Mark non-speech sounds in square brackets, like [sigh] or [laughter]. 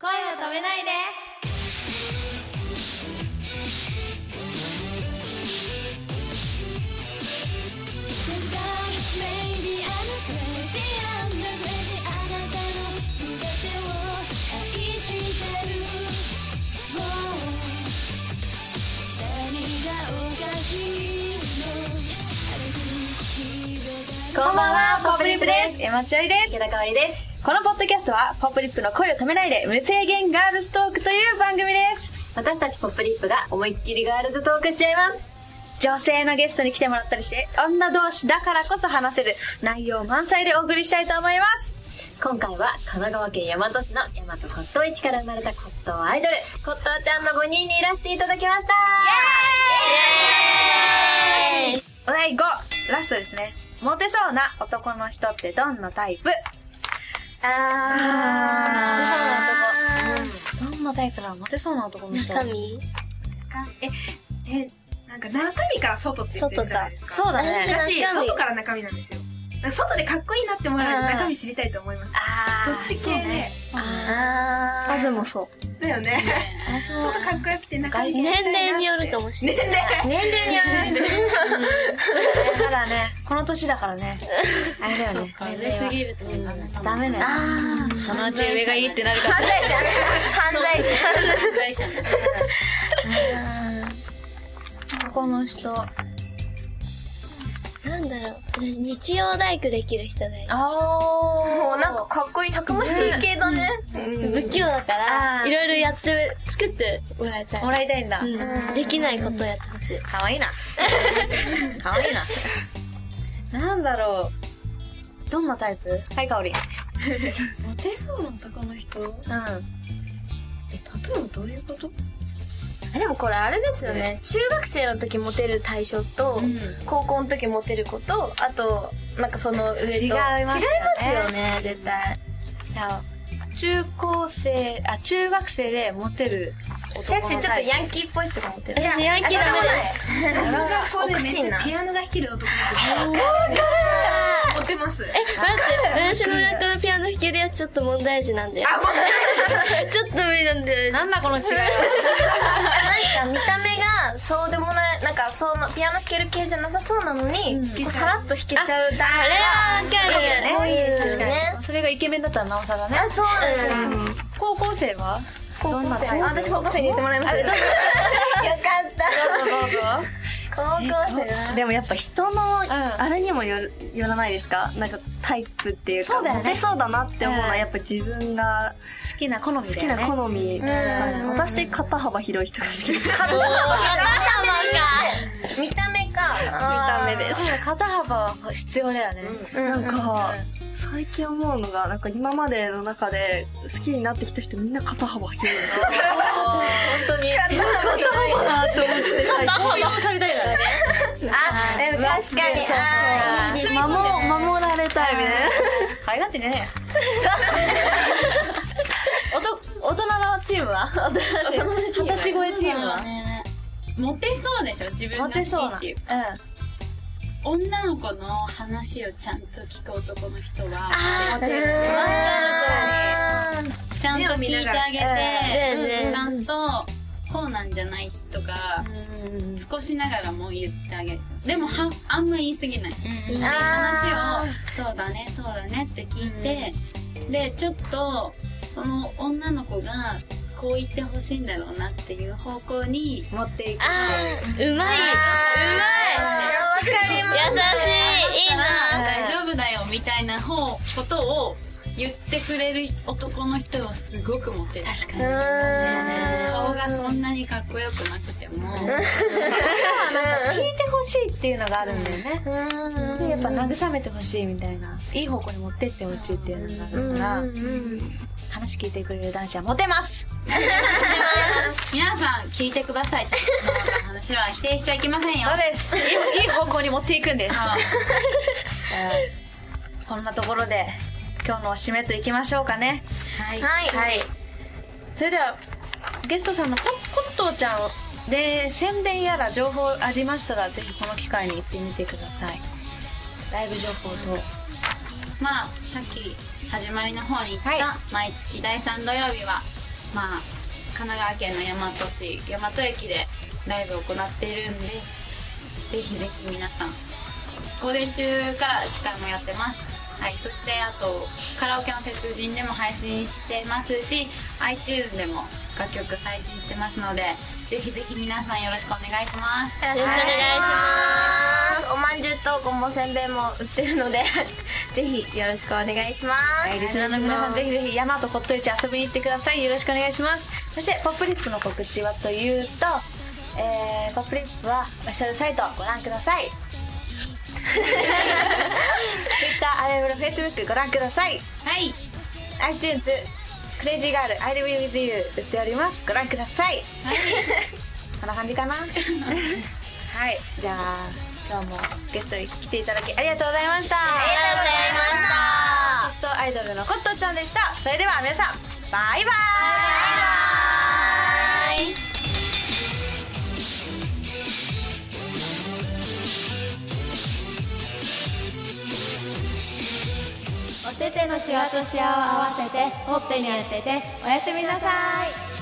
声を止めないでこんばんは、ポップリップです。山千織です。池田香織ですこのポッドキャストは、ポップリップの声を止めないで、無制限ガールストークという番組です。私たちポップリップが思いっきりガールズトークしちゃいます女性のゲストに来てもらったりして、女同士だからこそ話せる内容満載でお送りしたいと思います。今回は神奈川県大和市の大和骨董市から生まれた骨董アイドル骨董ちゃんの5人にいらしていただきましたイエーイお題5、ラストですね。モテそうな男の人ってどんなタイプあーどんなタイプなのモテそうな男の人。中身え、え、なんか中身から外って言ってるじゃないですか。そうだ私ね。だ私、中身外から中身なんですよ。なんか外でかっこいいなって思われるうん中身知りたいと思います。あそーっち系そうで、ねああずもそうだよね。私外かっこよくて中身知りたい年なって。齢によるかもしれない年齢による。ただね、この年だからね。あれだよね。上すぎるとダメだよ。ああそのうち上がいいってなるから犯罪者犯罪者この人。あなんだろう私日曜大工できる人だよー。もうなんかかっこいい、たくましい系だね。不器用だからあーいろいろやって作ってもらいたいもらいたいんだ。うんできないことをやってほしいかわいい [laughs] な。かわいいな。なんだろう。どんなタイプはい、かおり。モテそうな男の人うん。え、例えばどういうことえでもこれあれですよね。中学生の時モテる対象と、高校の時モテる子と、あと、なんかその上と。違いますよね違いますよね、絶対。じゃあ、中高生、あ、中学生でモテる男の中学生タイプ。ちょっとヤンキーっぽい人がモテる。私ヤンキーダメです私の学校でめっおかしいちなゃピアノが弾ける男の子。モテます。え、え待って私の学校のピアノ弾けるやつちょっと問題児なんだよ [laughs] ちょっと無理なんだよなんだこの違いは。なんか見た目がそうでもない、なんかそのピアノ弾ける系じゃなさそうなのに、うんこうさらっと弾けちゃうタイプが。あそれはわかるすごいです確よかね。に。それがイケメンだったらなおさらね。あ、そうなんですよ。高校生は高校生どんなあ私高校生に言ってもらいま [laughs] したよよかった高校生はでもやっぱ人のあれにもよるよらないですかなんかタイプっていうかモテそうだなって思うのはやっぱ自分が好きな好みだよ好ね。きな好み、ん私肩幅広い人が好き肩幅か見た目か見た目ですそう肩幅は必要だよね。なんか最近思うのがなんか今までの中で好きになってきた人みんな肩幅広いんですよ肩幅だと思って最近あでも確かにあー守守られたい [laughs] みたいな可愛がってね。お [laughs] と大人のチームは二十歳超えチームはモテそうでしょ自分モがテそう好きな。っていうう女の子の話をちゃんと聞く男の人はモテるちゃんと聞いてあげ目を見ながらうんて、うんちゃんとこうなんじゃないとか、ん。少しながらも言ってあげるでもはあんま言い過ぎない、であ話をそうだねそうだねって聞いて、でちょっとその女の子がこう言ってほしいんだろうなっていう方向に持っていく。うまいあーわかり優ましいいいな大丈夫だよみたいな方ことを言ってくれる男の人はすごくモテる確かに顔がそんなにかっこよくなくても聞いてほしいっていうのがあるんだよね。でやっぱ慰めてほしいみたいな。いい方向に持ってってほしいっていうのがあるから、話聞いてくれる男子はモテます。皆さん聞いてください話は否定しちゃいけませんよそうです。いいいい方向に持っていくんです。あ [laughs] こんなところで今日のお締めといきましょうかねはいはいはいそれではゲストさんのコットーちゃんで宣伝やら情報ありましたらぜひこの機会に行ってみてくださいライブ情報とまあさっき始まりの方に言った、はい毎月第3土曜日はまあ、神奈川県の大和市大和駅でライブを行っているんでぜひぜひ皆さん午前中から司会もやってますはいそしてあとカラオケの鉄人でも配信してますし iTunes でも楽曲配信してますのでぜひぜひ皆さんよろしくお願いしますよろしくお願いしますおまんじゅうとごもせんべいも売ってるので [laughs] ぜひよろしくお願いします、リスナーの皆さんぜひぜひ山と骨董市遊びに行ってくださいよろしくお願いしますそしてポップリップの告知はというと、えー、ポップリップはオフィシャルサイトをご覧くだ [laughs] さい Twitter、アレブロ、Facebook ご覧くださいはい iTunes クレイジーガール I Live With You 売っておりますご覧ください、こんな感じか [laughs] なはいじゃあ今日もゲストに来ていただきありがとうございましたありがとうございましたコットアイドルのコットちゃんでしたそれでは皆さんバイバイバイバイお手手のシワとシワを合わせてほっぺに当てておやすみなさい